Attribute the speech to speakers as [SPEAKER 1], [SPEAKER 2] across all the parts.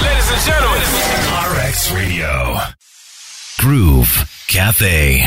[SPEAKER 1] gentlemen,
[SPEAKER 2] RX Radio. Groove Cafe.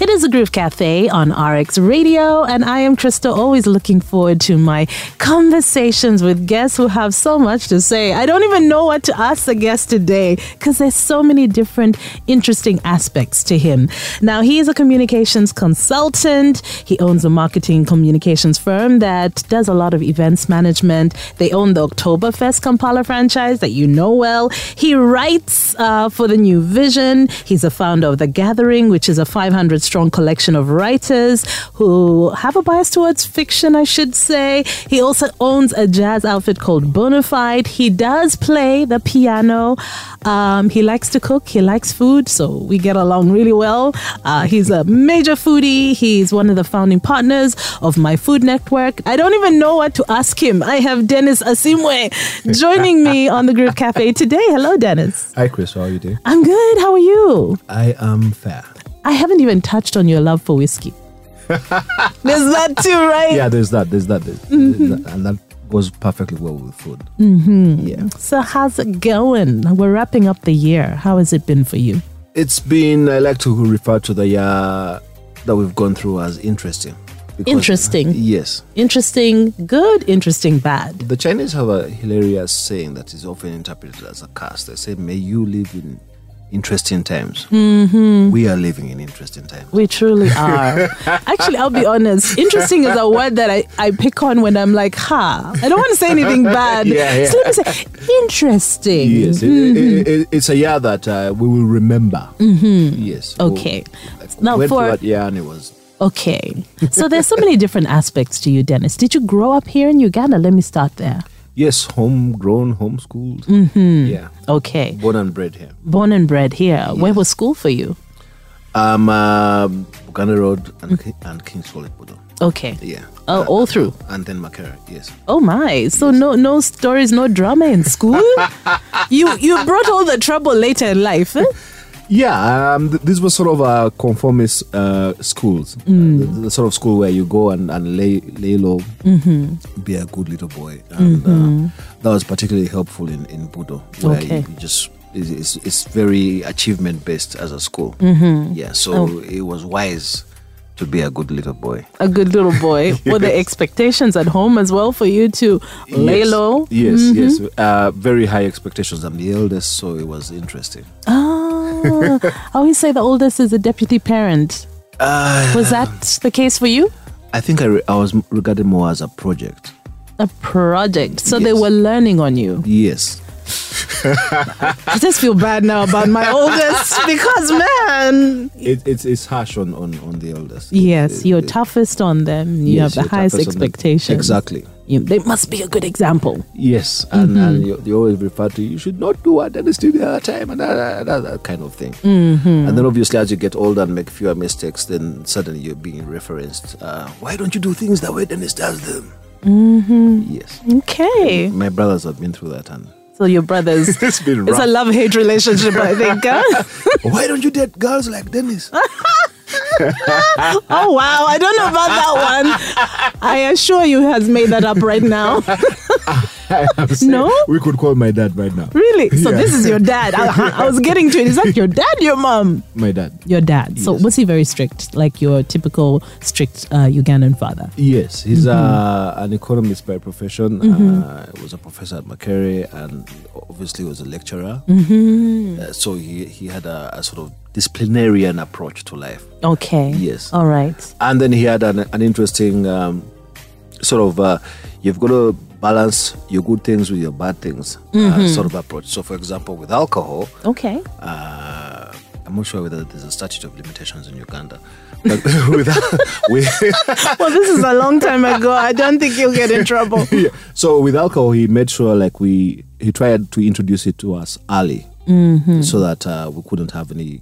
[SPEAKER 3] It is a Groove Cafe on RX Radio, and I am Krista, always looking forward to my conversations with guests who have so much to say. I don't even know what to ask the guest today because there's so many different interesting aspects to him. Now, he is a communications consultant, he owns a marketing communications firm that does a lot of events management. They own the Oktoberfest Kampala franchise that you know well. He writes uh, for the New Vision, he's a founder of The Gathering, which is a 500 strong collection of writers who have a bias towards fiction, I should say. He also owns a jazz outfit called Bonafide. He does play the piano. Um, he likes to cook. He likes food, so we get along really well. Uh, he's a major foodie. He's one of the founding partners of My Food Network. I don't even know what to ask him. I have Dennis Asimwe joining me on the Group Cafe today. Hello, Dennis.
[SPEAKER 4] Hi, Chris. How are you doing?
[SPEAKER 3] I'm good. How are you?
[SPEAKER 4] I am fair.
[SPEAKER 3] I haven't even touched on your love for whiskey. There's that too, right?
[SPEAKER 4] Yeah, there's that. There's that. There's,
[SPEAKER 3] Mm-hmm.
[SPEAKER 4] there's that and that goes perfectly well with food. Yeah.
[SPEAKER 3] So how's it going? We're wrapping up the year. How has it been for you?
[SPEAKER 4] It's been, I like to refer to the year that we've gone through as interesting. because-
[SPEAKER 3] Interesting.
[SPEAKER 4] Yes.
[SPEAKER 3] Interesting, good, interesting, bad.
[SPEAKER 4] The Chinese have a hilarious saying that is often interpreted as a curse. They say, May you live in interesting times.
[SPEAKER 3] Mm-hmm.
[SPEAKER 4] We are living in interesting times.
[SPEAKER 3] We truly are. Actually, I'll be honest. Interesting is a word that I, I pick on when I'm like, ha. I don't want to say anything bad.
[SPEAKER 4] Yeah, yeah.
[SPEAKER 3] So let me say, interesting.
[SPEAKER 4] Yes, it- it- it- it's a year that uh, we will remember. Yes. we'll-
[SPEAKER 3] Mm-hmm. Okay.
[SPEAKER 4] like,
[SPEAKER 3] Now
[SPEAKER 4] went
[SPEAKER 3] for-
[SPEAKER 4] through that year and it was
[SPEAKER 3] Okay. So there's so many different aspects to you, Dennis. Did you grow up here in Uganda? Let me start there.
[SPEAKER 4] Yes, homegrown, homeschooled. Mm-hmm. Yeah,
[SPEAKER 3] Okay.
[SPEAKER 4] born and bred here.
[SPEAKER 3] born and bred here. Where was school for you?
[SPEAKER 4] Um, um Buganda Road and, Ki- and King's College, Bodo.
[SPEAKER 3] Okay.
[SPEAKER 4] Yeah.
[SPEAKER 3] Mm-hmm. Oh, all through.
[SPEAKER 4] And then Makere, yes.
[SPEAKER 3] Oh my! So no, no stories, no drama in school. you you brought all the trouble later in life. eh?
[SPEAKER 4] Yeah, um, th- these were sort of uh, conformist uh, schools, Uh, the, the sort of school where you go and, and lay, lay low, be a good little boy. And uh, that was particularly helpful in, in Budo, where
[SPEAKER 3] Okay.
[SPEAKER 4] you just, it's, it's, it's very achievement based as a school. Yeah, so it was wise to be a good little boy.
[SPEAKER 3] A good little boy. Were the expectations at home as well for you to lay
[SPEAKER 4] Yes.
[SPEAKER 3] low?
[SPEAKER 4] Yes, yes. Uh, very high expectations. I'm the eldest, so it was interesting.
[SPEAKER 3] Ah, I always say the oldest is a deputy parent. Was that the case for you?
[SPEAKER 4] Uh, I think I, re- I was m- regarded more as a project.
[SPEAKER 3] A project. So they
[SPEAKER 4] Yes.
[SPEAKER 3] were learning on you.
[SPEAKER 4] Yes.
[SPEAKER 3] I just feel bad now about my oldest because man,
[SPEAKER 4] It, it's, it's harsh on, on, on the eldest.
[SPEAKER 3] Yes,
[SPEAKER 4] It-
[SPEAKER 3] you're
[SPEAKER 4] it-
[SPEAKER 3] toughest on them. You
[SPEAKER 4] yes,
[SPEAKER 3] have
[SPEAKER 4] you're
[SPEAKER 3] the highest
[SPEAKER 4] toughest on the-
[SPEAKER 3] expectations.
[SPEAKER 4] Exactly.
[SPEAKER 3] You, they must be a good example.
[SPEAKER 4] Yes. And,
[SPEAKER 3] Mm-hmm.
[SPEAKER 4] and you, you always refer to, you should not do what others did the other time, and that, that, that kind of thing.
[SPEAKER 3] Mm-hmm.
[SPEAKER 4] And then obviously, as you get older and make fewer mistakes, then suddenly you're being referenced. Uh, Why don't you do things the way Dennis does them? Mm-hmm. Yes.
[SPEAKER 3] Okay.
[SPEAKER 4] My brothers have been through that. and
[SPEAKER 3] So your brothers.
[SPEAKER 4] It's been
[SPEAKER 3] It's a
[SPEAKER 4] rough.
[SPEAKER 3] love hate relationship, I think. huh?
[SPEAKER 4] Why don't you date girls like Dennis?
[SPEAKER 3] oh wow, I don't know about that one. I assure you, he has made that up right now. no,
[SPEAKER 4] we could call my dad right now.
[SPEAKER 3] really. So this is your dad. I, I was getting to it. Is that your dad, your mom,
[SPEAKER 4] My dad.
[SPEAKER 3] your dad? So
[SPEAKER 4] Yes.
[SPEAKER 3] was he very strict, like your typical strict uh, Ugandan father?
[SPEAKER 4] Yes, he's uh, an economist by profession. Uh, he was a professor at Macquarie and obviously was a lecturer. Uh, so he, he had a, a sort of disciplinarian approach to life.
[SPEAKER 3] Okay.
[SPEAKER 4] Yes.
[SPEAKER 3] All right.
[SPEAKER 4] And then he had an, an interesting um, sort of uh, you've got to balance your good things with your bad things uh, sort of approach. So, for example, with alcohol,
[SPEAKER 3] Okay.
[SPEAKER 4] uh, I'm not sure whether there's a statute of limitations in Uganda, but with, with
[SPEAKER 3] Well, this is a long time ago. I don't think you'll get in trouble.
[SPEAKER 4] yeah. so with alcohol, he made sure like we he tried to introduce it to us early,
[SPEAKER 3] Mm-hmm.
[SPEAKER 4] so that uh, we couldn't have any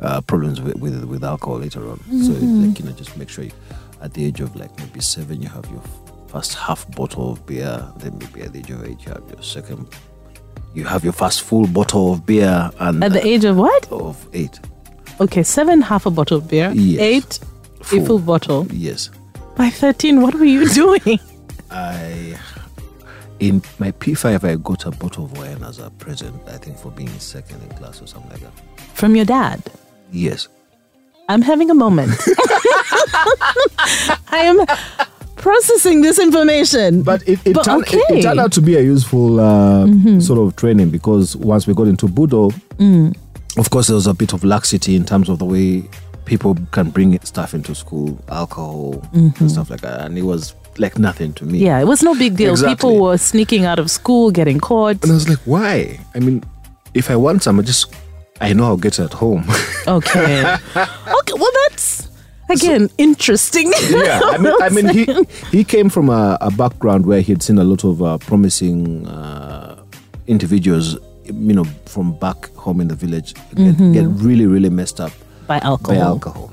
[SPEAKER 4] uh, problems with, with with alcohol later on. So it's
[SPEAKER 3] Mm-hmm.
[SPEAKER 4] like you know, just make sure you, at the age of like maybe seven, you have your first half bottle of beer. Then maybe at the age of eight, you have your second. You have your first full bottle of beer and
[SPEAKER 3] At the age of what?
[SPEAKER 4] of eight.
[SPEAKER 3] Okay, seven, half a bottle of beer,
[SPEAKER 4] Yes.
[SPEAKER 3] eight, a
[SPEAKER 4] Full.
[SPEAKER 3] full bottle.
[SPEAKER 4] Yes.
[SPEAKER 3] By 13, what were you doing?
[SPEAKER 4] I in my P5 I got a bottle of wine as a present, I think for being second in class or something like that.
[SPEAKER 3] From your dad.
[SPEAKER 4] Yes.
[SPEAKER 3] I'm having a moment. I am processing this information.
[SPEAKER 4] But it, it,
[SPEAKER 3] But
[SPEAKER 4] turned, it- it,
[SPEAKER 3] okay. Mm-hmm.
[SPEAKER 4] turned out to be a useful uh, sort of training because once we got into Budo,
[SPEAKER 3] Mm.
[SPEAKER 4] of course, there was a bit of laxity in terms of the way people can bring stuff into school, alcohol, and stuff like that. And it was like nothing to me.
[SPEAKER 3] Mm-hmm. yeah, it was no big deal.
[SPEAKER 4] Exactly.
[SPEAKER 3] People were sneaking out of school, getting caught.
[SPEAKER 4] And I was like, why? I mean, if I want some, I just, I know I'll get it at home.
[SPEAKER 3] Okay. okay, well, that's again interesting.
[SPEAKER 4] yeah, I mean, I mean he, he came from a, a background where he'd seen a lot of uh, promising uh, individuals, you know, from back home in the village get, get really, really messed up
[SPEAKER 3] by alcohol.
[SPEAKER 4] by alcohol.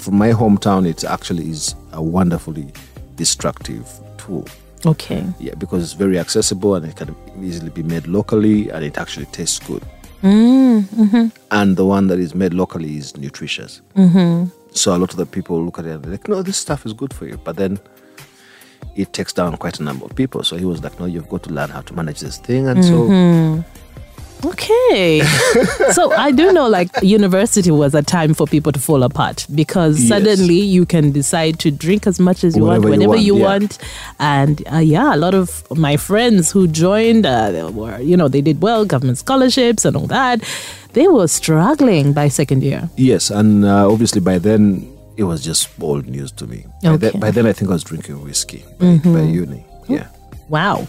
[SPEAKER 4] From my hometown, it actually is a wonderfully destructive tool.
[SPEAKER 3] Okay.
[SPEAKER 4] Yeah, because it's very accessible and it can easily be made locally and it actually tastes good. And the one that is made locally is nutritious. So a lot of the people look at it and they're like, no, this stuff is good for you. But then it takes down quite a number of people. So he was like, no, you've got to learn how to manage this thing. And so,
[SPEAKER 3] Okay. so I do know like university was a time for people to fall apart because
[SPEAKER 4] Yes.
[SPEAKER 3] suddenly you can decide to drink as much as you want,
[SPEAKER 4] Whatever you
[SPEAKER 3] whenever you
[SPEAKER 4] want,
[SPEAKER 3] want. And uh, yeah, a lot of my friends who joined uh, they were, you know, they did well, government scholarships and all that. They were struggling by second year.
[SPEAKER 4] yes. And uh, obviously by then, it was just old news to me. By,
[SPEAKER 3] Okay.
[SPEAKER 4] then, by then, I think I was drinking whiskey by, by uni. Yeah.
[SPEAKER 3] Wow.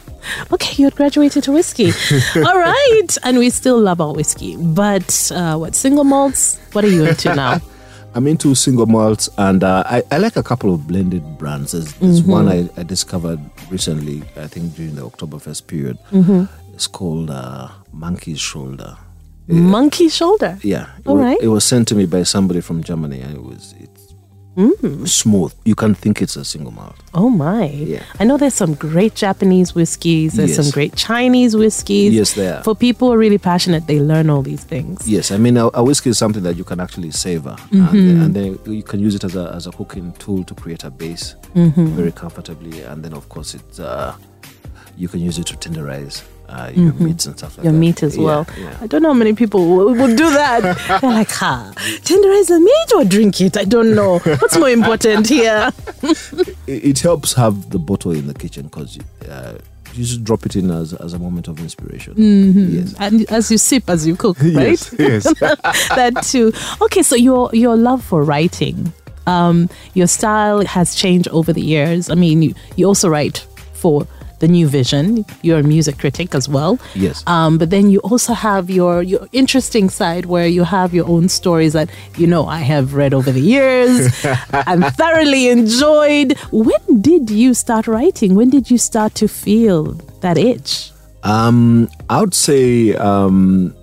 [SPEAKER 3] Okay, you had graduated to whiskey. All right. And we still love our whiskey. But uh, what, single malts? What are you into now?
[SPEAKER 4] I'm into single malts, and uh, I, I like a couple of blended brands. There's, there's
[SPEAKER 3] Mm-hmm.
[SPEAKER 4] one I, I discovered recently, I think during the Oktoberfest period.
[SPEAKER 3] Mm-hmm.
[SPEAKER 4] It's called uh, Monkey's Shoulder.
[SPEAKER 3] Monkey shoulder.
[SPEAKER 4] Yeah, it,
[SPEAKER 3] All
[SPEAKER 4] wa-
[SPEAKER 3] right.
[SPEAKER 4] it was sent to me by somebody from Germany, and it was it's
[SPEAKER 3] Mm.
[SPEAKER 4] smooth. You can think it's a single malt.
[SPEAKER 3] Oh my.
[SPEAKER 4] Yeah.
[SPEAKER 3] I know there's some great Japanese whiskeys, there's
[SPEAKER 4] Yes.
[SPEAKER 3] some great Chinese whiskeys.
[SPEAKER 4] Yes, there are.
[SPEAKER 3] For people who are really passionate, they learn all these things.
[SPEAKER 4] Yes, I mean a, a whiskey is something that you can actually savor,
[SPEAKER 3] Mm-hmm.
[SPEAKER 4] and, then, and then you can use it as a as a cooking tool to create a base
[SPEAKER 3] Mm-hmm.
[SPEAKER 4] very comfortably, and then of course it's uh, you can use it to tenderize uh, your meats and stuff like
[SPEAKER 3] Mm-hmm. Your
[SPEAKER 4] that.
[SPEAKER 3] meat as
[SPEAKER 4] Yeah,
[SPEAKER 3] well.
[SPEAKER 4] yeah.
[SPEAKER 3] I don't know how many people will, will do that. They're like, ha, tenderize the meat or drink it? I don't know. What's more important here?
[SPEAKER 4] It, it helps have the bottle in the kitchen because uh, you just drop it in as, as a moment of inspiration. Yes.
[SPEAKER 3] And as you sip, as you cook, Mm-hmm. right?
[SPEAKER 4] Yes. yes.
[SPEAKER 3] that too. Okay, so your your love for writing, um, your style has changed over the years. I mean, you, you also write for the New Vision. You're a music critic as well.
[SPEAKER 4] Yes.
[SPEAKER 3] Um, but then you also have your your interesting side where you have your own stories that you know I have read over the years and thoroughly enjoyed. When did you start writing? When did you start to feel that itch?
[SPEAKER 4] Um, I would say um,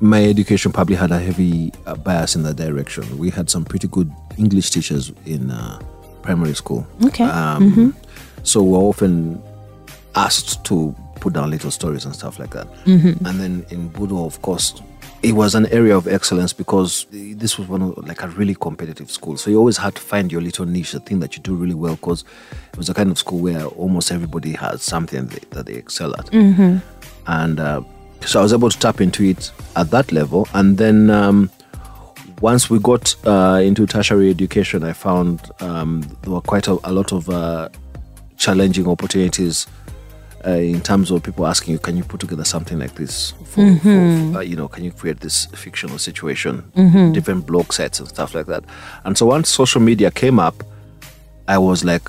[SPEAKER 4] my education probably had a heavy uh, bias in that direction. We had some pretty good English teachers in uh, primary school.
[SPEAKER 3] Okay.
[SPEAKER 4] Um, So we're often asked to put down little stories and stuff like that. And then in Budo, of course, it was an area of excellence because this was one of like a really competitive school. So you always had to find your little niche, the thing that you do really well, because it was a kind of school where almost everybody has something that, that they excel at. And uh, so I was able to tap into it at that level. And then um, once we got uh, into tertiary education, I found um, there were quite a, a lot of uh, challenging opportunities uh, in terms of people asking you, "Can you put together something like this? For, for, uh, you know, can you create this fictional situation, different blog sites and stuff like that?" And so once social media came up, I was like,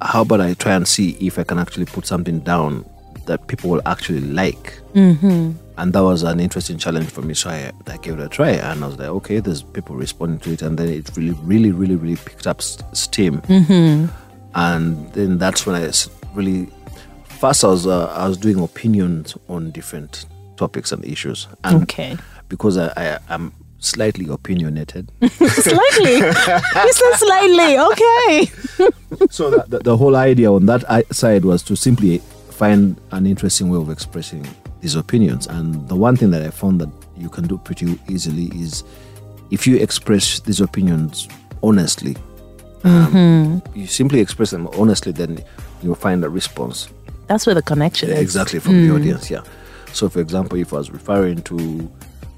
[SPEAKER 4] "How about I try and see if I can actually put something down that people will actually like?" and that was an interesting challenge for me. So I, I gave it a try, and I was like, okay, there's people responding to it, and then it really, really, really, really picked up s- steam. And then that's when I s- really first I was uh, I was doing opinions on different topics and issues, and
[SPEAKER 3] Okay.
[SPEAKER 4] because I, I I'm slightly opinionated,
[SPEAKER 3] slightly. you said slightly. Okay.
[SPEAKER 4] so the, the, the whole idea on that i- side was to simply find an interesting way of expressing these opinions and the one thing that i found that you can do pretty easily is if you express these opinions honestly um, you simply express them honestly, then you'll find a response
[SPEAKER 3] That's where the connection
[SPEAKER 4] yeah,
[SPEAKER 3] is.
[SPEAKER 4] exactly from the audience. Yeah. So, for example, if I was referring to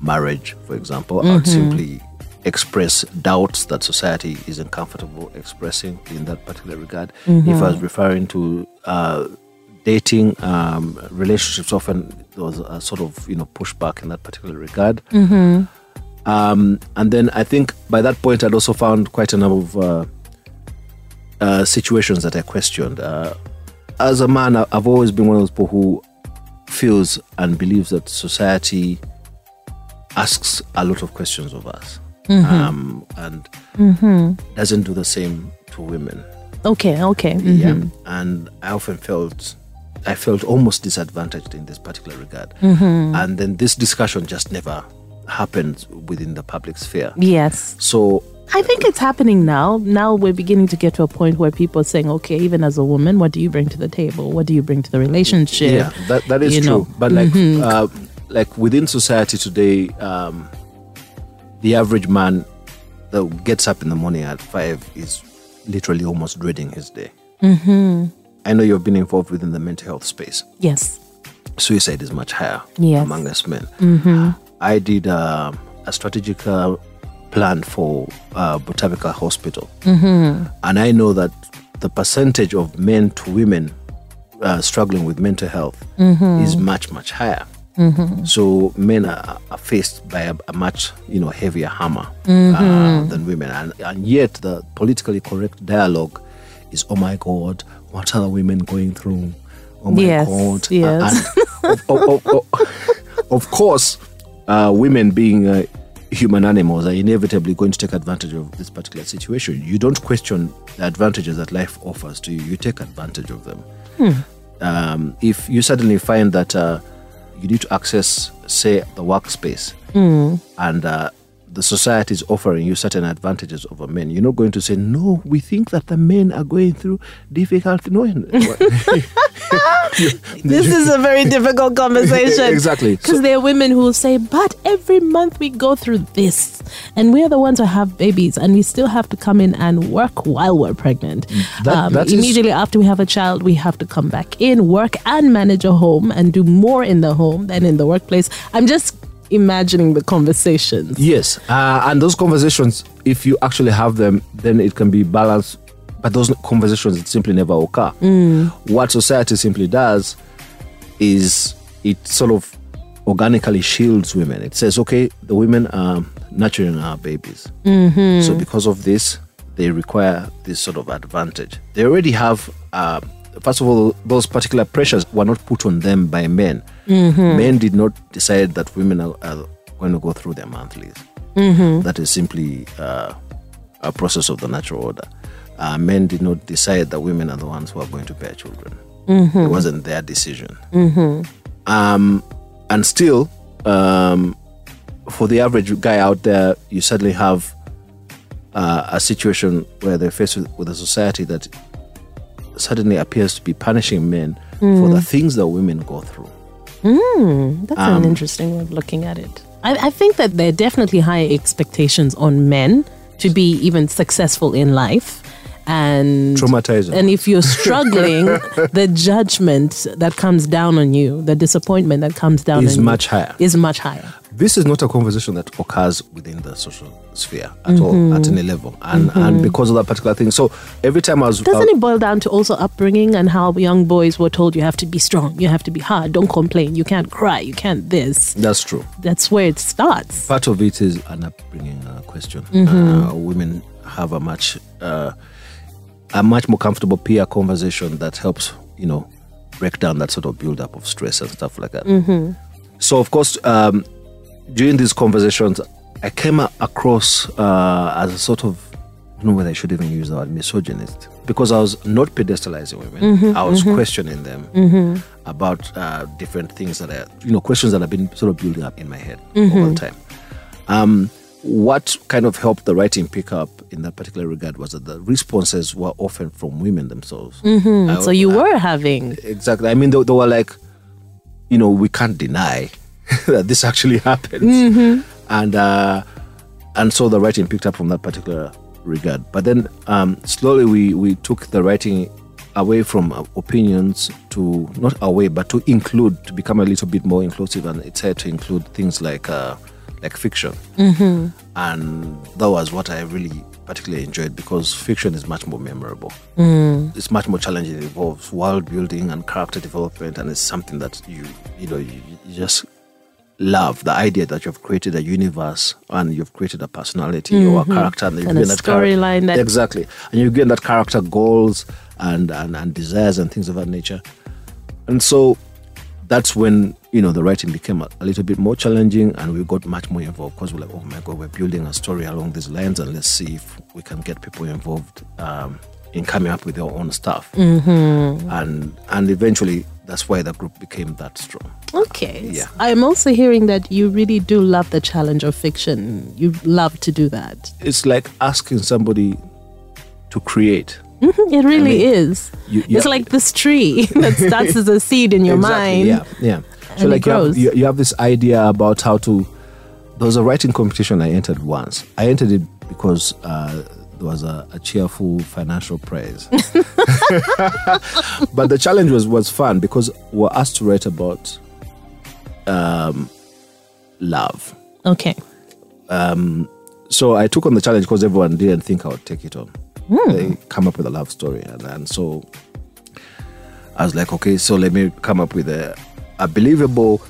[SPEAKER 4] marriage, for example, I'd simply express doubts that society isn't comfortable expressing in that particular regard. If I was referring to uh, dating, um, relationships, often there was a sort of you know pushback in that particular regard. Um, and then I think by that point, I'd also found quite a number of uh, uh, situations that I questioned. Uh, as a man, I- I've always been one of those people who feels and believes that society asks a lot of questions of us um, and doesn't do the same to women.
[SPEAKER 3] Okay, okay.
[SPEAKER 4] Yeah. And I often felt. I felt almost disadvantaged in this particular regard. And then this discussion just never happened within the public sphere.
[SPEAKER 3] Yes.
[SPEAKER 4] So
[SPEAKER 3] I think it's happening now. Now we're beginning to get to a point where people are saying, okay, even as a woman, what do you bring to the table? What do you bring to the relationship?
[SPEAKER 4] yeah, that, that is
[SPEAKER 3] You
[SPEAKER 4] true.
[SPEAKER 3] know. Mm-hmm.
[SPEAKER 4] But like uh, like within society today, um, the average man that gets up in the morning at five is literally almost dreading his day. Mm-hmm. I know you've been involved within the mental health space.
[SPEAKER 3] Yes.
[SPEAKER 4] Suicide is much higher
[SPEAKER 3] Yes.
[SPEAKER 4] among us men. Mm-hmm. I did uh, a strategic uh, plan for uh, Botanical Hospital and I know that the percentage of men to women uh, struggling with mental health is much much higher.
[SPEAKER 3] Mm-hmm.
[SPEAKER 4] So men are, are faced by a, a much you know heavier hammer
[SPEAKER 3] Mm-hmm.
[SPEAKER 4] uh, than women, and, and yet the politically correct dialogue is, "Oh my God, what are women going through? Oh my
[SPEAKER 3] Yes,
[SPEAKER 4] God!"
[SPEAKER 3] yes.
[SPEAKER 4] And of, of- of- of- of course, uh, women being uh, human animals are inevitably going to take advantage of this particular situation. You don't question the advantages that life offers to you; you take advantage of them um, if you suddenly find that uh, you need to access, say, the workspace, and uh, the society is offering you certain advantages over men, you're not going to say, "No, we think that the men are going through difficult." No,
[SPEAKER 3] This is a very difficult conversation.
[SPEAKER 4] Exactly.
[SPEAKER 3] Because
[SPEAKER 4] So-
[SPEAKER 3] there are women who will say, but every month we go through this. And we are the ones who have babies and we still have to come in and work while we're pregnant. Um,
[SPEAKER 4] That- that is-
[SPEAKER 3] immediately after we have a child, we have to come back in, work, and manage a home and do more in the home than in the workplace. I'm just imagining the conversations.
[SPEAKER 4] Yes, uh, and those conversations, if you actually have them, then it can be balanced. But those conversations simply never occur. What society simply does is it sort of organically shields women. It says, okay, the women are nurturing our babies, so because of this, they require this sort of advantage. They already have. Uh, First of all, those particular pressures were not put on them by men. Men did not decide that women are, are going to go through their monthlies. That is simply uh, a process of the natural order. Uh, men did not decide that women are the ones who are going to bear children. It wasn't their decision. Um, and still, um, for the average guy out there, you suddenly have uh, a situation where they're faced with, with a society that suddenly appears to be punishing men for
[SPEAKER 3] Hmm.
[SPEAKER 4] the things that women go through.
[SPEAKER 3] That's an interesting way of looking at it. I, I think that there are definitely high expectations on men to be even successful in life. And
[SPEAKER 4] Traumatizing.
[SPEAKER 3] And if you're struggling, the judgment that comes down on you, the disappointment that comes down
[SPEAKER 4] Is
[SPEAKER 3] on
[SPEAKER 4] much
[SPEAKER 3] you
[SPEAKER 4] higher.
[SPEAKER 3] is much higher.
[SPEAKER 4] this is not a conversation that occurs within the social sphere at all
[SPEAKER 3] Mm-hmm.
[SPEAKER 4] at any level and and because of that particular thing so every time i was I-
[SPEAKER 3] Doesn't it boil down to also upbringing and how young boys were told you have to be strong, you have to be hard, don't complain, you can't cry, you can't this.
[SPEAKER 4] that's true
[SPEAKER 3] That's where it starts.
[SPEAKER 4] part of it is an upbringing uh, question uh, women have a much uh, a much more comfortable peer conversation that helps you know break down that sort of build up of stress and stuff like that so of course um, during these conversations i came a- across uh, as a sort of I don't know whether I should even use the word misogynist because I was not pedestalizing women. I was questioning them about uh, different things that I, you know, questions that have been sort of building up in my head over the time. Um, what kind of helped the writing pick up in that particular regard was that the responses were often from women themselves. I-
[SPEAKER 3] So you were having
[SPEAKER 4] exactly. I mean, they, they were like, you know, we can't deny that this actually happens, and uh, and so the writing picked up from that particular regard. But then um, slowly we, we took the writing away from uh, opinions to not away, but to include to become a little bit more inclusive, and it had to include things like uh, like fiction, and that was what I really particularly enjoyed because fiction is much more memorable.
[SPEAKER 3] Mm.
[SPEAKER 4] It's much more challenging. It involves world building and character development, and it's something that you you know you, you just love the idea that you've created a universe and you've created a personality or a character and, you've
[SPEAKER 3] Mm-hmm. And a
[SPEAKER 4] given that char-
[SPEAKER 3] storyline that-
[SPEAKER 4] exactly and you've given that character goals and, and and desires and things of that nature and so that's when you know the writing became a, a little bit more challenging and we got much more involved because we're like oh my god we're building a story along these lines and let's see if we can get people involved um, in coming up with their own stuff and and eventually that's why the group became that strong
[SPEAKER 3] Okay.
[SPEAKER 4] Yeah.
[SPEAKER 3] I'm also hearing that you really do love the challenge of fiction. You love to do that.
[SPEAKER 4] it's like asking somebody to create.
[SPEAKER 3] It really is.
[SPEAKER 4] You-
[SPEAKER 3] It's
[SPEAKER 4] yeah.
[SPEAKER 3] like this tree that starts as a seed in your mind.
[SPEAKER 4] Yeah, yeah.
[SPEAKER 3] And it
[SPEAKER 4] so like you
[SPEAKER 3] grows.
[SPEAKER 4] have, you, you have this idea about how to. There was a writing competition I entered once. I entered it because uh, there was a, a cheerful financial prize. but the challenge was was fun because we were asked to write about um, love.
[SPEAKER 3] Okay.
[SPEAKER 4] so I took on the challenge because everyone didn't think I would take it on. They come up with a love story, and, and so I was like, okay, so let me come up with a, a believable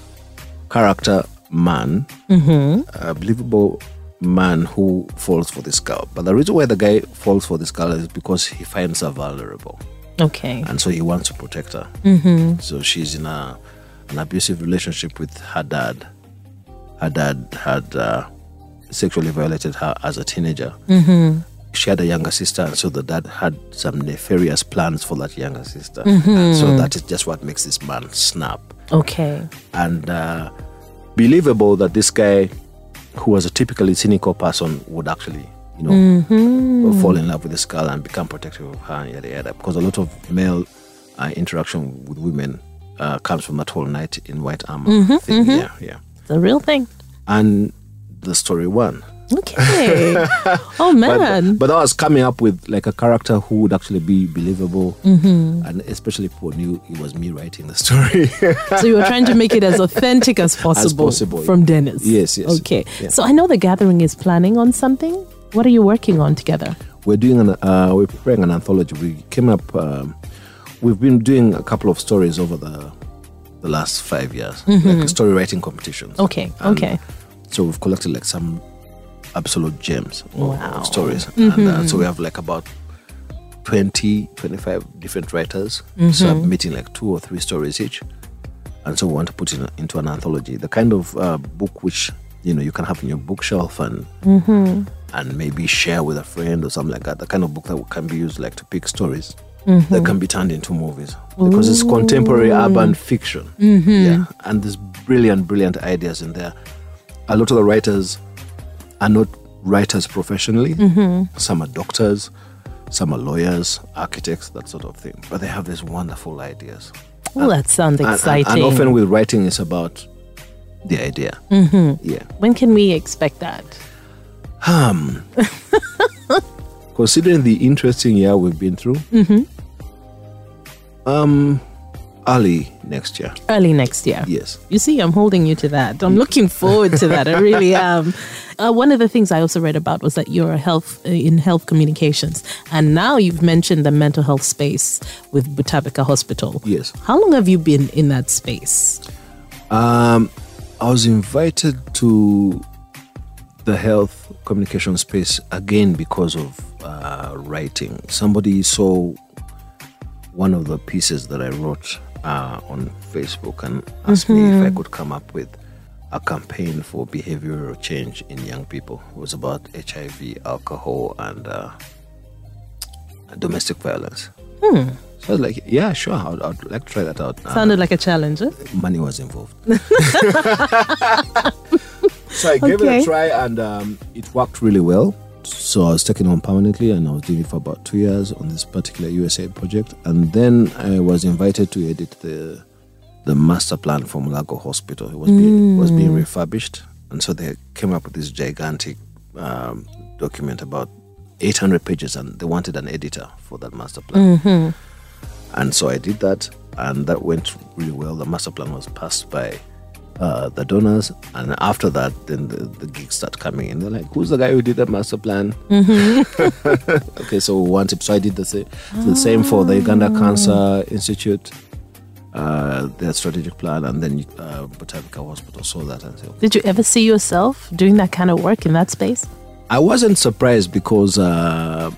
[SPEAKER 4] character man, a believable man who falls for this girl. But the reason why the guy falls for this girl is because he finds her vulnerable
[SPEAKER 3] Okay.
[SPEAKER 4] and so he wants to protect her. So she's in a an abusive relationship with her dad. Her dad had uh, sexually violated her as a teenager. She had a younger sister, and so the dad had some nefarious plans for that younger sister. And so that is just what makes this man snap
[SPEAKER 3] Okay.
[SPEAKER 4] and uh, believable that this guy, who was a typically cynical person, would actually, you know, fall in love with this girl and become protective of her, yada yada. Because a lot of male uh, interaction with women uh, comes from that whole knight in white armor thing. Yeah, yeah.
[SPEAKER 3] The real thing.
[SPEAKER 4] And the story won.
[SPEAKER 3] Okay. oh man.
[SPEAKER 4] But I was coming up with like a character who would actually be believable, and especially Paul knew it was me writing the story.
[SPEAKER 3] so you were trying to make it as authentic as possible,
[SPEAKER 4] possible.
[SPEAKER 3] from Dennis.
[SPEAKER 4] Yes, yes.
[SPEAKER 3] Okay.
[SPEAKER 4] Yeah.
[SPEAKER 3] So I know the gathering is planning on something. What are you working on together?
[SPEAKER 4] we're doing an uh, we're preparing an anthology. We came up. Um, we've been doing a couple of stories over the the last five years, like story writing competitions.
[SPEAKER 3] Okay.
[SPEAKER 4] And
[SPEAKER 3] okay.
[SPEAKER 4] So we've collected like some absolute gems of- of,
[SPEAKER 3] Wow.
[SPEAKER 4] stories, and uh, so we have like about 20, 25 different writers submitting like two or three stories each, and so we want to put in, into an anthology, the kind of uh, book which you know you can have in your bookshelf and and maybe share with a friend or something like that. The kind of book that can be used like to pick stories that can be turned into movies because it's contemporary urban fiction. Yeah, and there's brilliant, brilliant ideas in there. A lot of the writers are not writers professionally. Some are doctors, some are lawyers, architects, that sort of thing. But they have these wonderful ideas.
[SPEAKER 3] Well, that sounds
[SPEAKER 4] And- and-
[SPEAKER 3] exciting.
[SPEAKER 4] And, often with writing, it's about the idea. Yeah.
[SPEAKER 3] when can we expect that?
[SPEAKER 4] considering the interesting year we've been through, um, early next year.
[SPEAKER 3] Early next year.
[SPEAKER 4] Yes.
[SPEAKER 3] You see, I'm holding you to that. I'm looking forward to that. I really am. Uh, one of the things I also read about was that you're a health uh, in health communications, and now you've mentioned the mental health space with Butabika Hospital.
[SPEAKER 4] Yes.
[SPEAKER 3] How long have you been in that space?
[SPEAKER 4] Um, I was invited to the health communication space again because of uh, writing. Somebody saw one of the pieces that I wrote uh, on Facebook and asked me if I could come up with a campaign for behavioral change in young people. It was about HIV, alcohol, and uh, domestic violence. So I was like, yeah, sure, I'd, I'd like to try that out. Uh,
[SPEAKER 3] Sounded like a challenge. eh?
[SPEAKER 4] money was involved. so I gave it
[SPEAKER 3] Okay.
[SPEAKER 4] a try and um, it worked really well. So I was taken on permanently and I was doing it for about two years on this particular USAID project. And then I was invited to edit the the master plan for Mulago Hospital. It was, being, was being refurbished. And so they came up with this gigantic um, document about 800 pages and they wanted an editor for that master plan. And so I did that and that went really well. The master plan was passed by uh, the donors. And after that, then the, the gigs start coming in. They're like, who's the guy who did that master plan? okay, so we want it. So I did the same, the same for the Uganda Cancer Institute. Uh, their strategic plan, and then uh, Botanical Hospital saw that and said,
[SPEAKER 3] Did you ever see yourself doing that kind of work in that space?
[SPEAKER 4] I wasn't surprised because uh,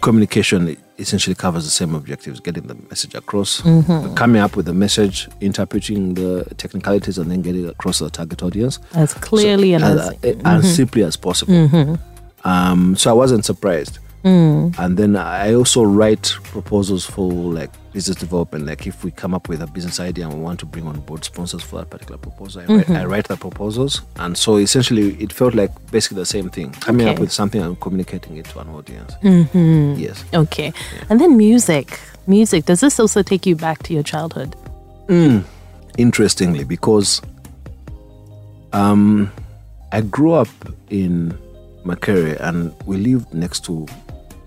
[SPEAKER 4] communication essentially covers the same objectives getting the message across, coming up with the message, interpreting the technicalities, and then getting it across to the target audience
[SPEAKER 3] As clearly and
[SPEAKER 4] as, uh,
[SPEAKER 3] as Mm-hmm.
[SPEAKER 4] and simply as possible. Um, so I wasn't surprised.
[SPEAKER 3] Mm.
[SPEAKER 4] And then I also write proposals for like business development. Like if we come up with a business idea and we want to bring on board sponsors for that particular proposal, I, write,
[SPEAKER 3] Mm-hmm.
[SPEAKER 4] I write the proposals. And so essentially, it felt like basically the same thing, coming up
[SPEAKER 3] Okay. Mm-hmm.
[SPEAKER 4] with something and communicating it to an audience. Yes.
[SPEAKER 3] Okay. And then music. Music. Does this also take you back to your childhood?
[SPEAKER 4] interestingly because um, I grew up in Makere and we lived next to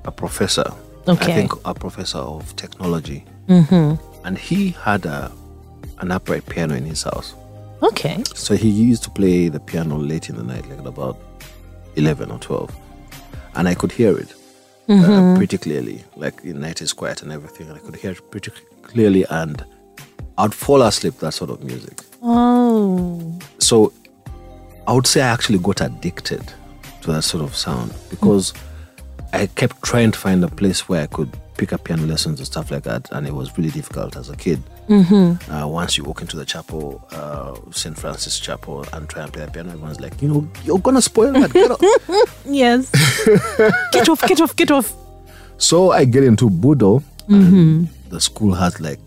[SPEAKER 4] a professor.
[SPEAKER 3] Okay.
[SPEAKER 4] I think a professor of technology. Mm-hmm. And he had a, an upright piano in his house.
[SPEAKER 3] Okay.
[SPEAKER 4] So he used to play the piano late in the night, like at about 11 or 12. And I could hear it uh, pretty clearly. Like the night is quiet and everything. And I could hear it pretty clearly. And I'd fall asleep that sort of music
[SPEAKER 3] Oh.
[SPEAKER 4] so I would say I actually got addicted to that sort of sound because I kept trying to find a place where I could pick up piano lessons and stuff like that, and it was really difficult as a kid. Mm-hmm. Uh, once you walk into the chapel, uh, St. Francis Chapel, and try and play the piano, everyone's like, you know, you're gonna spoil that. Get out."
[SPEAKER 3] Yes. get off, get off, get off.
[SPEAKER 4] So I get into Budo, and the school has like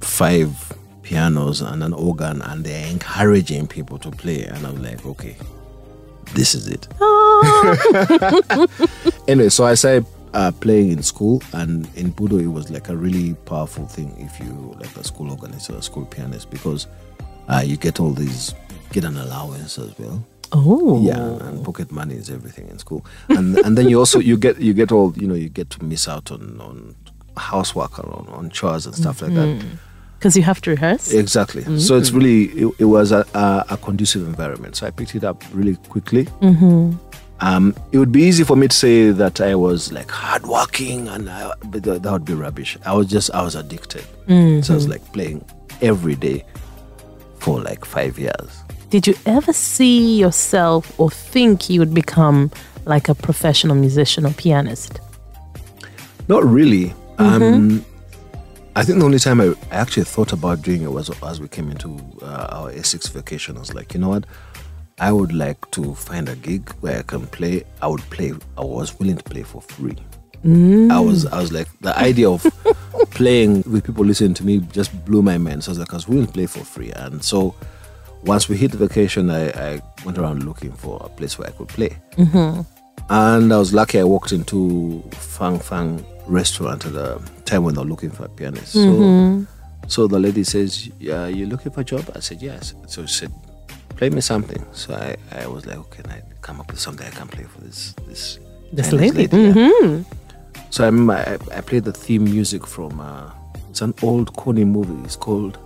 [SPEAKER 4] five pianos and an organ, and they're encouraging people to play. And I'm like, okay, this is it. anyway, so I started uh, playing in school, and in Budo, it was like a really powerful thing if you like a school organist or a school pianist because uh, you get all these, get an allowance as well.
[SPEAKER 3] Oh.
[SPEAKER 4] Yeah, and pocket money is everything in school, and and then you also you get you get all you know you get to miss out on on housework or on, on chores and stuff like that.
[SPEAKER 3] Because you have to rehearse?
[SPEAKER 4] Exactly. So it's really it, it was a, a, a conducive environment. So I picked it up really quickly. Um, it would be easy for me to say that I was like hardworking, and I, but that, that would be rubbish. I was just I was addicted. So I was like playing every day for like five years.
[SPEAKER 3] Did you ever see yourself or think you would become like a professional musician or pianist?
[SPEAKER 4] Not really. Um, I think the only time I actually thought about doing it was as we came into uh, our Essex vacation. I was like, you know what? I would like to find a gig where I can play. I would play. I was willing to play for free. I was. I was like the idea of playing with people listening to me just blew my mind. So I was like, I was willing to play for free. And so once we hit vacation, I, I went around looking for a place where I could play and I was lucky. I walked into Fang Fang restaurant at a time when they were looking for a pianist. So, so the lady says, "Yeah, you looking for a job?" I said, "Yes." So she said, "Play me something." So I, I was like, "Okay, I come up with something I can play for this this
[SPEAKER 3] This
[SPEAKER 4] Chinese
[SPEAKER 3] lady.
[SPEAKER 4] yeah." So I remember I, I played the theme music from uh, it's an old Coney movie. It's called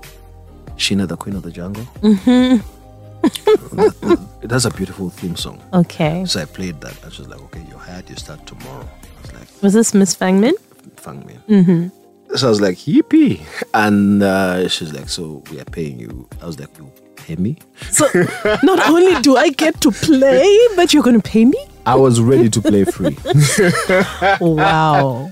[SPEAKER 4] Sheena, the Queen of the Jungle. Mm-hmm. That's a beautiful theme song.
[SPEAKER 3] Okay.
[SPEAKER 4] So I played that, and she was like, "Okay, you're hired. You start tomorrow." I was like,
[SPEAKER 3] Was this Miss Fangman?
[SPEAKER 4] "Fang me." Mm-hmm. So I was like, "Yippee!" And uh, she's like, "So we are paying you." I was like, "You pay me?"
[SPEAKER 3] So not only do I get to play, but you're going to pay me?
[SPEAKER 4] I was ready to play free.
[SPEAKER 3] Wow.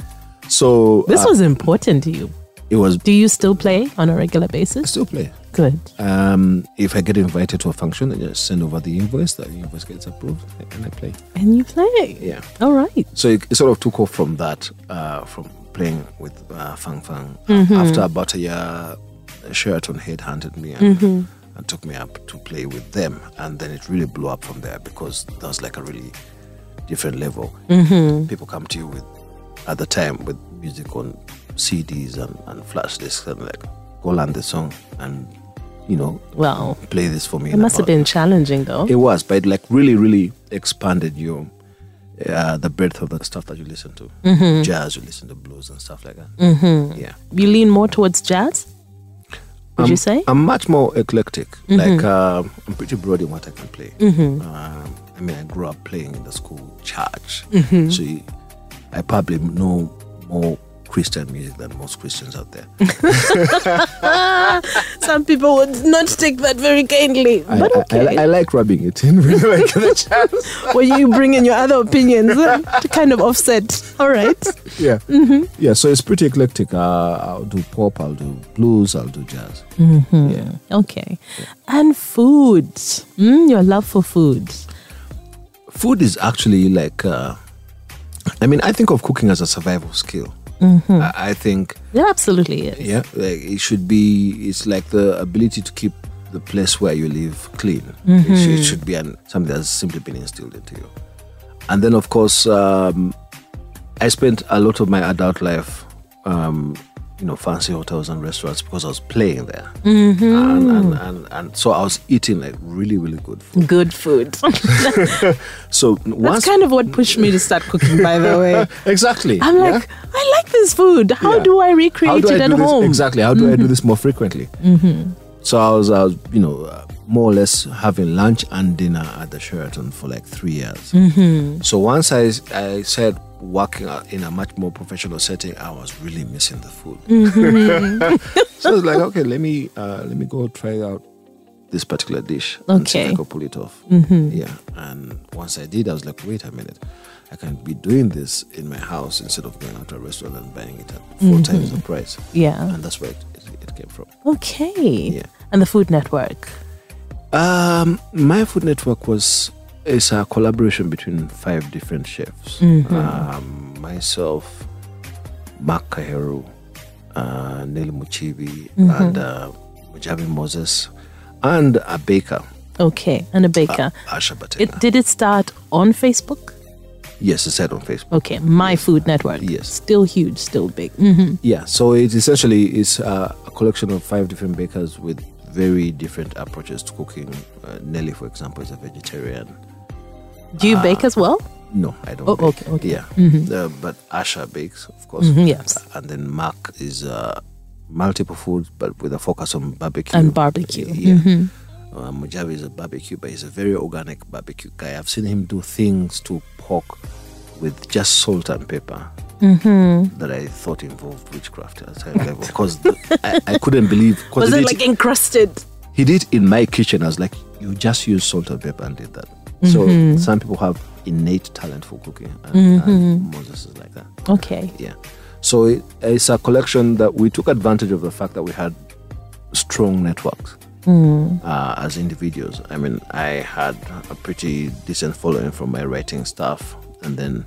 [SPEAKER 4] so
[SPEAKER 3] This
[SPEAKER 4] uh,
[SPEAKER 3] was important to you.
[SPEAKER 4] it was
[SPEAKER 3] Do you still play on a regular basis?
[SPEAKER 4] still play.
[SPEAKER 3] Good.
[SPEAKER 4] Um, if I get invited to a function, I just send over the invoice. The invoice gets approved, and I play.
[SPEAKER 3] And you play.
[SPEAKER 4] Yeah.
[SPEAKER 3] All right.
[SPEAKER 4] so it, it sort of took off from that, uh, from playing with uh, Fang Fang. After about a year, Sheraton headhunted me and, and took me up to play with them. And then it really blew up from there because that was like a really different level. People come to you with, at the time, with music on CDs and, and flash discs and like, go learn the song and, you know,
[SPEAKER 3] Wow.
[SPEAKER 4] play this for me.
[SPEAKER 3] It must have been challenging though.
[SPEAKER 4] It was, but it like really, really expanded your uh, the breadth of the stuff that you listen to,
[SPEAKER 3] Mm-hmm.
[SPEAKER 4] jazz, you listen to blues and stuff like that. Yeah,
[SPEAKER 3] You lean more towards jazz? Mm-hmm. Would you say? Mm-hmm.
[SPEAKER 4] I'm much more eclectic. Like um I'm pretty broad in what I can play. Um, I mean, I grew up playing in the school church,
[SPEAKER 3] Mm-hmm.
[SPEAKER 4] so you, I probably know more Christian music than most Christians out there.
[SPEAKER 3] Some people would not take that very kindly.
[SPEAKER 4] I,
[SPEAKER 3] But
[SPEAKER 4] I- I,
[SPEAKER 3] okay.
[SPEAKER 4] I like rubbing it in when I get a chance.
[SPEAKER 3] well, you bring in your other opinions uh, to kind of offset. All right.
[SPEAKER 4] Yeah, yeah. So it's pretty eclectic. Uh, I'll do pop, I'll do blues, I'll do jazz. Yeah.
[SPEAKER 3] Okay. And food. Mm, your love for food.
[SPEAKER 4] food is actually like uh, i mean i think of cooking as a survival skill I, I think
[SPEAKER 3] It absolutely is.
[SPEAKER 4] yeah like it should be it's like the ability to keep the place where you live clean it,
[SPEAKER 3] Mm-hmm.
[SPEAKER 4] should, it should be an, something that's simply been instilled into you and then of course um, i spent a lot of my adult life um, you know fancy hotels and restaurants because i was playing there
[SPEAKER 3] Mm-hmm.
[SPEAKER 4] and, and, and, and so i was eating like really really good food
[SPEAKER 3] Good food. That's
[SPEAKER 4] so once
[SPEAKER 3] kind of what pushed me to start cooking, by the way.
[SPEAKER 4] exactly
[SPEAKER 3] I'm
[SPEAKER 4] yeah?
[SPEAKER 3] like, I like this food. How
[SPEAKER 4] Yeah.
[SPEAKER 3] do I
[SPEAKER 4] How
[SPEAKER 3] recreate
[SPEAKER 4] do I
[SPEAKER 3] it at
[SPEAKER 4] do this-
[SPEAKER 3] home? Mm-hmm.
[SPEAKER 4] Exactly. How do I do this more frequently? So I was, I was, you know, uh, more or less having lunch and dinner at the Sheraton for like three years.
[SPEAKER 3] Mm-hmm.
[SPEAKER 4] So once I, I said working out in a much more professional setting, I was really missing the food.
[SPEAKER 3] Mm-hmm.
[SPEAKER 4] so I was like, okay, let me uh, let me go try out this particular dish and see if
[SPEAKER 3] Okay. Mm-hmm.
[SPEAKER 4] I could pull it off. Yeah. And once I did, I was like, wait a minute. I can be doing this in my house instead of going out to a restaurant and buying it at 4
[SPEAKER 3] Mm-hmm.
[SPEAKER 4] times the price.
[SPEAKER 3] Yeah.
[SPEAKER 4] And that's where it, it, it came from.
[SPEAKER 3] Okay.
[SPEAKER 4] Yeah.
[SPEAKER 3] And the Food Network.
[SPEAKER 4] Um, my food network was is a collaboration between five different chefs. Um, myself, Mark Kaheru, uh, Neil Muchibi, and uh, Mujabi Moses, and a baker,
[SPEAKER 3] Okay. And a baker.
[SPEAKER 4] Asha Batena.
[SPEAKER 3] it, did it start on Facebook?
[SPEAKER 4] yes, it's said on Facebook.
[SPEAKER 3] Okay. My Food Network.
[SPEAKER 4] Yes.
[SPEAKER 3] Still huge, still big. hmm
[SPEAKER 4] Yeah, so it essentially is uh, a collection of five different bakers with very different approaches to cooking. Uh, Nelly, for example, is a vegetarian.
[SPEAKER 3] Do you
[SPEAKER 4] Uh,
[SPEAKER 3] bake as well?
[SPEAKER 4] No, I don't.
[SPEAKER 3] Oh,
[SPEAKER 4] bake.
[SPEAKER 3] okay, okay.
[SPEAKER 4] Yeah, Uh, but Asha bakes, of course.
[SPEAKER 3] Mhm, yes.
[SPEAKER 4] Uh, and then Mark is uh, multiple foods, but with a focus on barbecue.
[SPEAKER 3] And barbecue. Mm-hmm.
[SPEAKER 4] Yeah. Uh, Mujabi is a barbecue, but he's a very organic barbecue guy. I've seen him do things to pork with just salt and pepper
[SPEAKER 3] Mm-hmm.
[SPEAKER 4] that I thought involved witchcraft at the time level because I, I couldn't believe. 'cause
[SPEAKER 3] Was
[SPEAKER 4] he
[SPEAKER 3] it
[SPEAKER 4] did-
[SPEAKER 3] like encrusted?
[SPEAKER 4] he did in my kitchen. I was like, you just use salt and pepper and did that. So some people have innate talent for cooking, and, and Moses is like that.
[SPEAKER 3] Okay.
[SPEAKER 4] Yeah. So it, it's a collection that we took advantage of the fact that we had strong networks uh, as individuals. I mean, I had a pretty decent following from my writing stuff, and then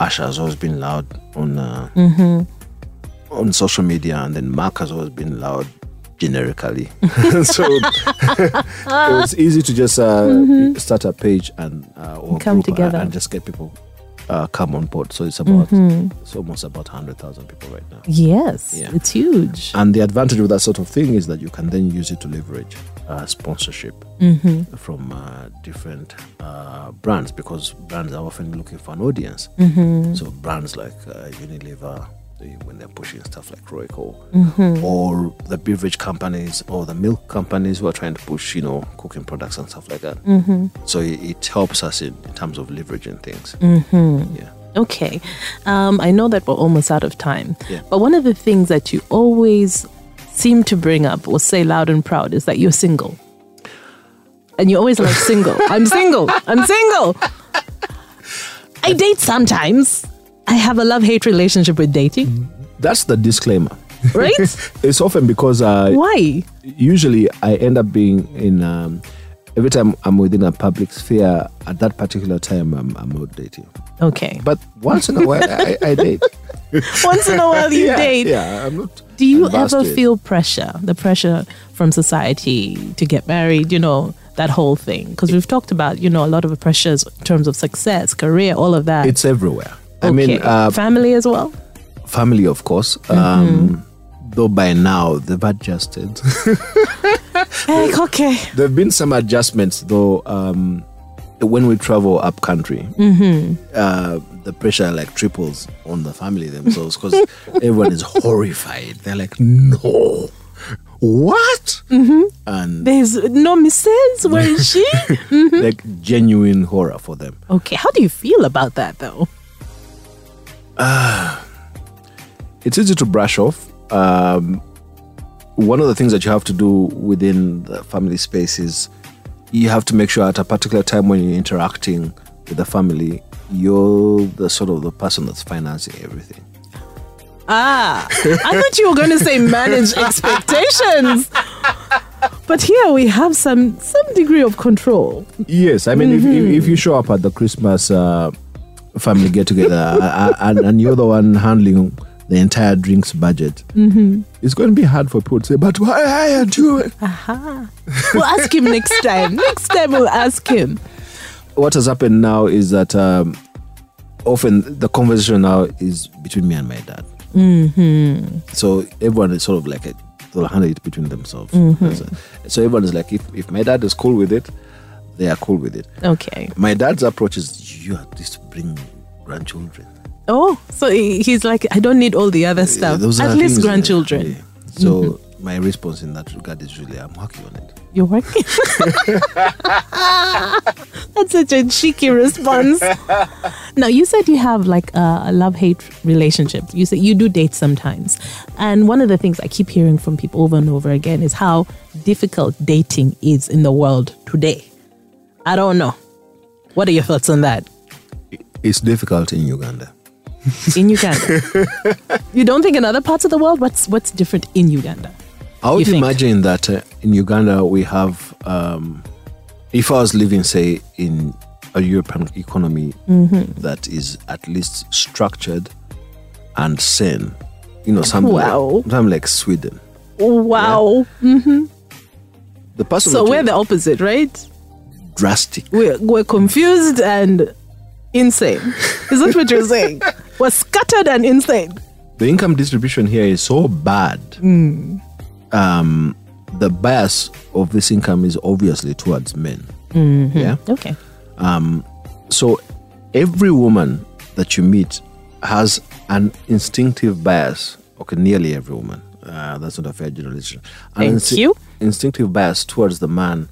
[SPEAKER 4] Asha has always been loud on uh, on social media, and then Mark has always been loud generically. so it was easy to just uh, start a page and uh, or
[SPEAKER 3] Mm-hmm. Come
[SPEAKER 4] group
[SPEAKER 3] together.
[SPEAKER 4] and just get people uh, come on board. So it's about
[SPEAKER 3] Mm-hmm.
[SPEAKER 4] it's almost about hundred thousand people right now.
[SPEAKER 3] Yes.
[SPEAKER 4] Yeah.
[SPEAKER 3] It's huge.
[SPEAKER 4] And the advantage of that sort of thing is that you can then use it to leverage uh, sponsorship from uh, different uh, brands because brands are often looking for an audience. So brands like uh, Unilever, they- when they're pushing stuff like Royco, or the beverage companies or the milk companies who are trying to push, you know, cooking products and stuff like that. So it, it helps us in, in terms of leveraging things. Yeah.
[SPEAKER 3] Okay. Um, I know that we're almost out of time.
[SPEAKER 4] Yeah.
[SPEAKER 3] But one of the things that you always seem to bring up or say loud and proud is that you're single. And you're always like, single. I'm single. I'm single. I date sometimes. I have a love hate relationship with dating,
[SPEAKER 4] That's the disclaimer.
[SPEAKER 3] right?
[SPEAKER 4] It's often because uh,
[SPEAKER 3] Why?
[SPEAKER 4] usually I end up being in um, every time I'm within a public sphere at that particular time I'm, I'm out dating.
[SPEAKER 3] Okay.
[SPEAKER 4] But once in a while I, I date.
[SPEAKER 3] Once in a while you
[SPEAKER 4] yeah,
[SPEAKER 3] date.
[SPEAKER 4] Yeah, I'm not.
[SPEAKER 3] Do you
[SPEAKER 4] adverse
[SPEAKER 3] ever
[SPEAKER 4] to it.
[SPEAKER 3] feel pressure, the pressure from society to get married, you know, that whole thing? Because we've talked about, you know, a lot of the pressures in terms of success, career, all of that.
[SPEAKER 4] It's everywhere. I mean,
[SPEAKER 3] Okay.
[SPEAKER 4] uh,
[SPEAKER 3] family as well.
[SPEAKER 4] family, of course. Um,
[SPEAKER 3] Mm-hmm.
[SPEAKER 4] Though by now they've adjusted.
[SPEAKER 3] Like, okay.
[SPEAKER 4] there have been some adjustments, though. Um, when we travel up country, uh, the pressure like triples on the family themselves because everyone is horrified. They're like, no, what? And
[SPEAKER 3] There's no misses. Where is she?
[SPEAKER 4] like genuine horror for them.
[SPEAKER 3] okay, how do you feel about that though?
[SPEAKER 4] it's easy to brush off. Um, one of the things that you have to do within the family space is you have to make sure at a particular time when you're interacting with the family, you're the sort of the person that's financing everything.
[SPEAKER 3] Ah, I thought you were going to say manage expectations. But here we have some some degree of control.
[SPEAKER 4] Yes, I mean, if, if, if you show up at the Christmas uh, family get together uh, and, and you're the one handling the entire drinks budget, it's going to be hard for people to say, but why aren't you?
[SPEAKER 3] We'll ask him next time. Next time we'll ask him.
[SPEAKER 4] what has happened now is that um, often the conversation now is between me and my dad. Mm-hmm. So everyone is sort of like a, they'll handle it between themselves. So, so everyone is like, if, if my dad is cool with it, they are cool with it.
[SPEAKER 3] Okay.
[SPEAKER 4] My dad's approach is you at least bring grandchildren.
[SPEAKER 3] Oh, so he- he's like, I don't need all the other stuff.
[SPEAKER 4] Those are
[SPEAKER 3] At least
[SPEAKER 4] things-
[SPEAKER 3] grandchildren. Mm-hmm.
[SPEAKER 4] Yeah. So my response in that regard is really I'm working on it.
[SPEAKER 3] You're working. That's such a cheeky response. Now you said you have like a, a love hate relationship. You said you do date sometimes, and one of the things I keep hearing from people over and over again is how difficult dating is in the world today. I don't know. What are your thoughts on that
[SPEAKER 4] It's difficult in Uganda.
[SPEAKER 3] in Uganda? you don't think in other parts of the world? What's what's different in Uganda?
[SPEAKER 4] I would
[SPEAKER 3] you think?
[SPEAKER 4] imagine that uh, in Uganda we have, um, if I was living, say, in a European economy
[SPEAKER 3] Mm-hmm.
[SPEAKER 4] that is at least structured and sane, you know, something,
[SPEAKER 3] Wow.
[SPEAKER 4] like, something like Sweden.
[SPEAKER 3] Wow.
[SPEAKER 4] The person
[SPEAKER 3] So
[SPEAKER 4] that
[SPEAKER 3] we're
[SPEAKER 4] was
[SPEAKER 3] the opposite, right?
[SPEAKER 4] drastic.
[SPEAKER 3] we're, we're confused and insane. Is that what you're saying? We're scattered and insane.
[SPEAKER 4] The income distribution here is so bad. Um, the bias of this income is obviously towards men. Yeah.
[SPEAKER 3] Okay.
[SPEAKER 4] So every woman that you meet has an instinctive bias. Okay, nearly every woman. Uh, that's not a fair generalization. An
[SPEAKER 3] Thank
[SPEAKER 4] insti-
[SPEAKER 3] you.
[SPEAKER 4] Instinctive bias towards the man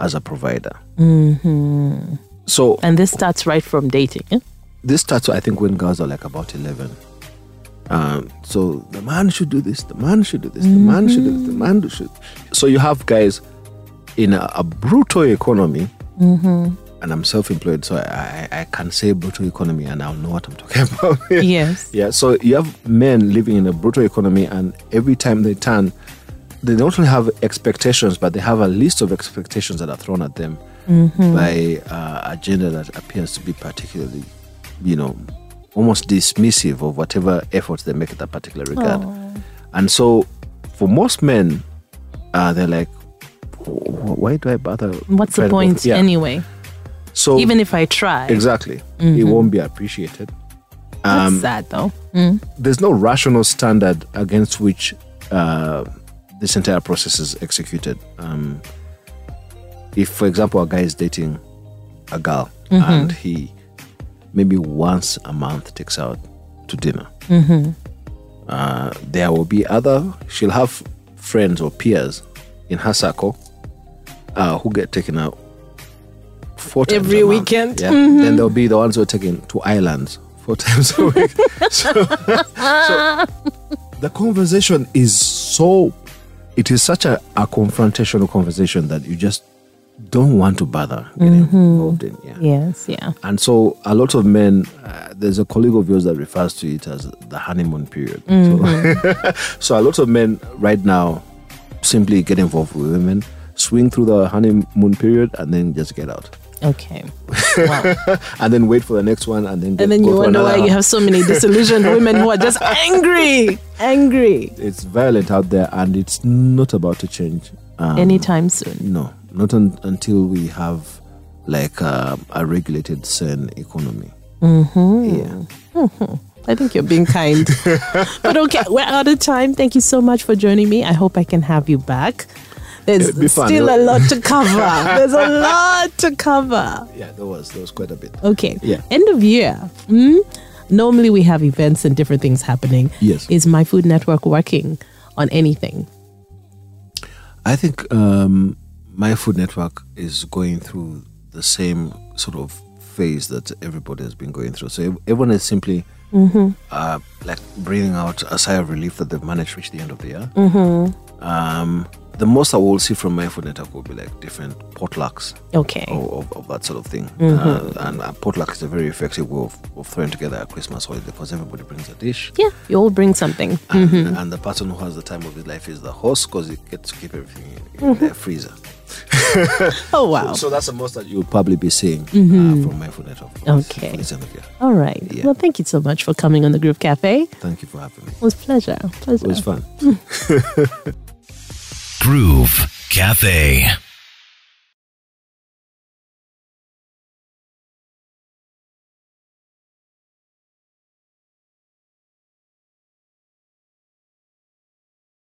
[SPEAKER 4] as a provider. Mm-hmm. So
[SPEAKER 3] And this starts right from dating. eh?
[SPEAKER 4] this starts, I think, when girls are like about 11. Um, so the man should do this, the man should do this, the man should do this, the man do- should. So you have guys in a, a brutal economy, and I'm self employed, so I, I, I can say brutal economy and I'll know what I'm talking about.
[SPEAKER 3] Yes.
[SPEAKER 4] Yeah, so you have men living in a brutal economy, and every time they turn, they don't only have expectations, but they have a list of expectations that are thrown at them
[SPEAKER 3] Mm-hmm.
[SPEAKER 4] by uh, a gender that appears to be particularly, you know, almost dismissive of whatever efforts they make in that particular regard. And so, for most men, uh, they're like, "Wh- wh- why do I bother?
[SPEAKER 3] What's
[SPEAKER 4] trying to go
[SPEAKER 3] the point
[SPEAKER 4] for-" Yeah.
[SPEAKER 3] anyway?
[SPEAKER 4] So
[SPEAKER 3] Even Mm-hmm. if I try.
[SPEAKER 4] exactly, it won't be appreciated.
[SPEAKER 3] That's
[SPEAKER 4] um,
[SPEAKER 3] sad though.
[SPEAKER 4] there's no rational standard against which uh, this entire process is executed. Um, if, for example, a guy is dating a girl
[SPEAKER 3] Mm-hmm.
[SPEAKER 4] and he maybe once a month takes her out to dinner,
[SPEAKER 3] Mm-hmm.
[SPEAKER 4] uh, there will be other, she'll have friends or peers in her circle uh, who get taken out four times
[SPEAKER 3] Every
[SPEAKER 4] a month.
[SPEAKER 3] weekend. Mm-hmm.
[SPEAKER 4] Yeah. Then there'll be the ones who are taken to islands four times a week. so, so the conversation is so it is such a, a confrontational conversation that you just don't want to bother getting involved in. Yeah.
[SPEAKER 3] Yes. Mm-hmm. Yeah.
[SPEAKER 4] And so a lot of men, uh, there's a colleague of yours that refers to it as the honeymoon period.
[SPEAKER 3] Mm-hmm.
[SPEAKER 4] So, so a lot of men right now simply get involved with women, swing through the honeymoon period, and then just get out.
[SPEAKER 3] Okay. Wow.
[SPEAKER 4] And then wait for the next one, and then go,
[SPEAKER 3] and then
[SPEAKER 4] go
[SPEAKER 3] you
[SPEAKER 4] to
[SPEAKER 3] wonder
[SPEAKER 4] another
[SPEAKER 3] why
[SPEAKER 4] one.
[SPEAKER 3] you have so many disillusioned women who are just angry, angry.
[SPEAKER 4] It's violent out there, and it's not about to change. Um,
[SPEAKER 3] Anytime soon.
[SPEAKER 4] No, not un- until we have like uh, a regulated sane economy. Mm-hmm. Yeah.
[SPEAKER 3] I think you're being kind. but okay, we're out of time. Thank you so much for joining me. I hope I can have you back. There's
[SPEAKER 4] It'd be fun,
[SPEAKER 3] still a
[SPEAKER 4] right?
[SPEAKER 3] lot to cover. There's a lot to cover.
[SPEAKER 4] Yeah, there was there was quite a bit.
[SPEAKER 3] Okay.
[SPEAKER 4] Yeah.
[SPEAKER 3] End of year. Mm? Normally we have events and different things happening.
[SPEAKER 4] Yes.
[SPEAKER 3] Is My Food Network working on anything?
[SPEAKER 4] I think um, my food network is going through the same sort of phase that everybody has been going through. So ev- everyone is simply uh, like breathing out a sigh of relief that they've managed to reach the end of the year. Um, the most I will see from my food network will be like different potlucks
[SPEAKER 3] Okay.
[SPEAKER 4] of, of, of that sort of thing. Uh, and a potluck is a very effective way of, of throwing together a Christmas holiday because everybody brings a dish.
[SPEAKER 3] Yeah. You all bring something.
[SPEAKER 4] And, and the person who has the time of his life is the host because he gets to keep everything in, in their freezer. Uh,
[SPEAKER 3] Oh wow.
[SPEAKER 4] So that's the most that you'll probably be seeing uh, from my food network.
[SPEAKER 3] Okay.
[SPEAKER 4] Please end of year.
[SPEAKER 3] all right.
[SPEAKER 4] Yeah.
[SPEAKER 3] Well, thank you so much for coming on the Groove Cafe. It
[SPEAKER 4] Thank you for having me.
[SPEAKER 3] was pleasure. Pleasure.
[SPEAKER 4] It was fun.
[SPEAKER 2] Groove Cafe.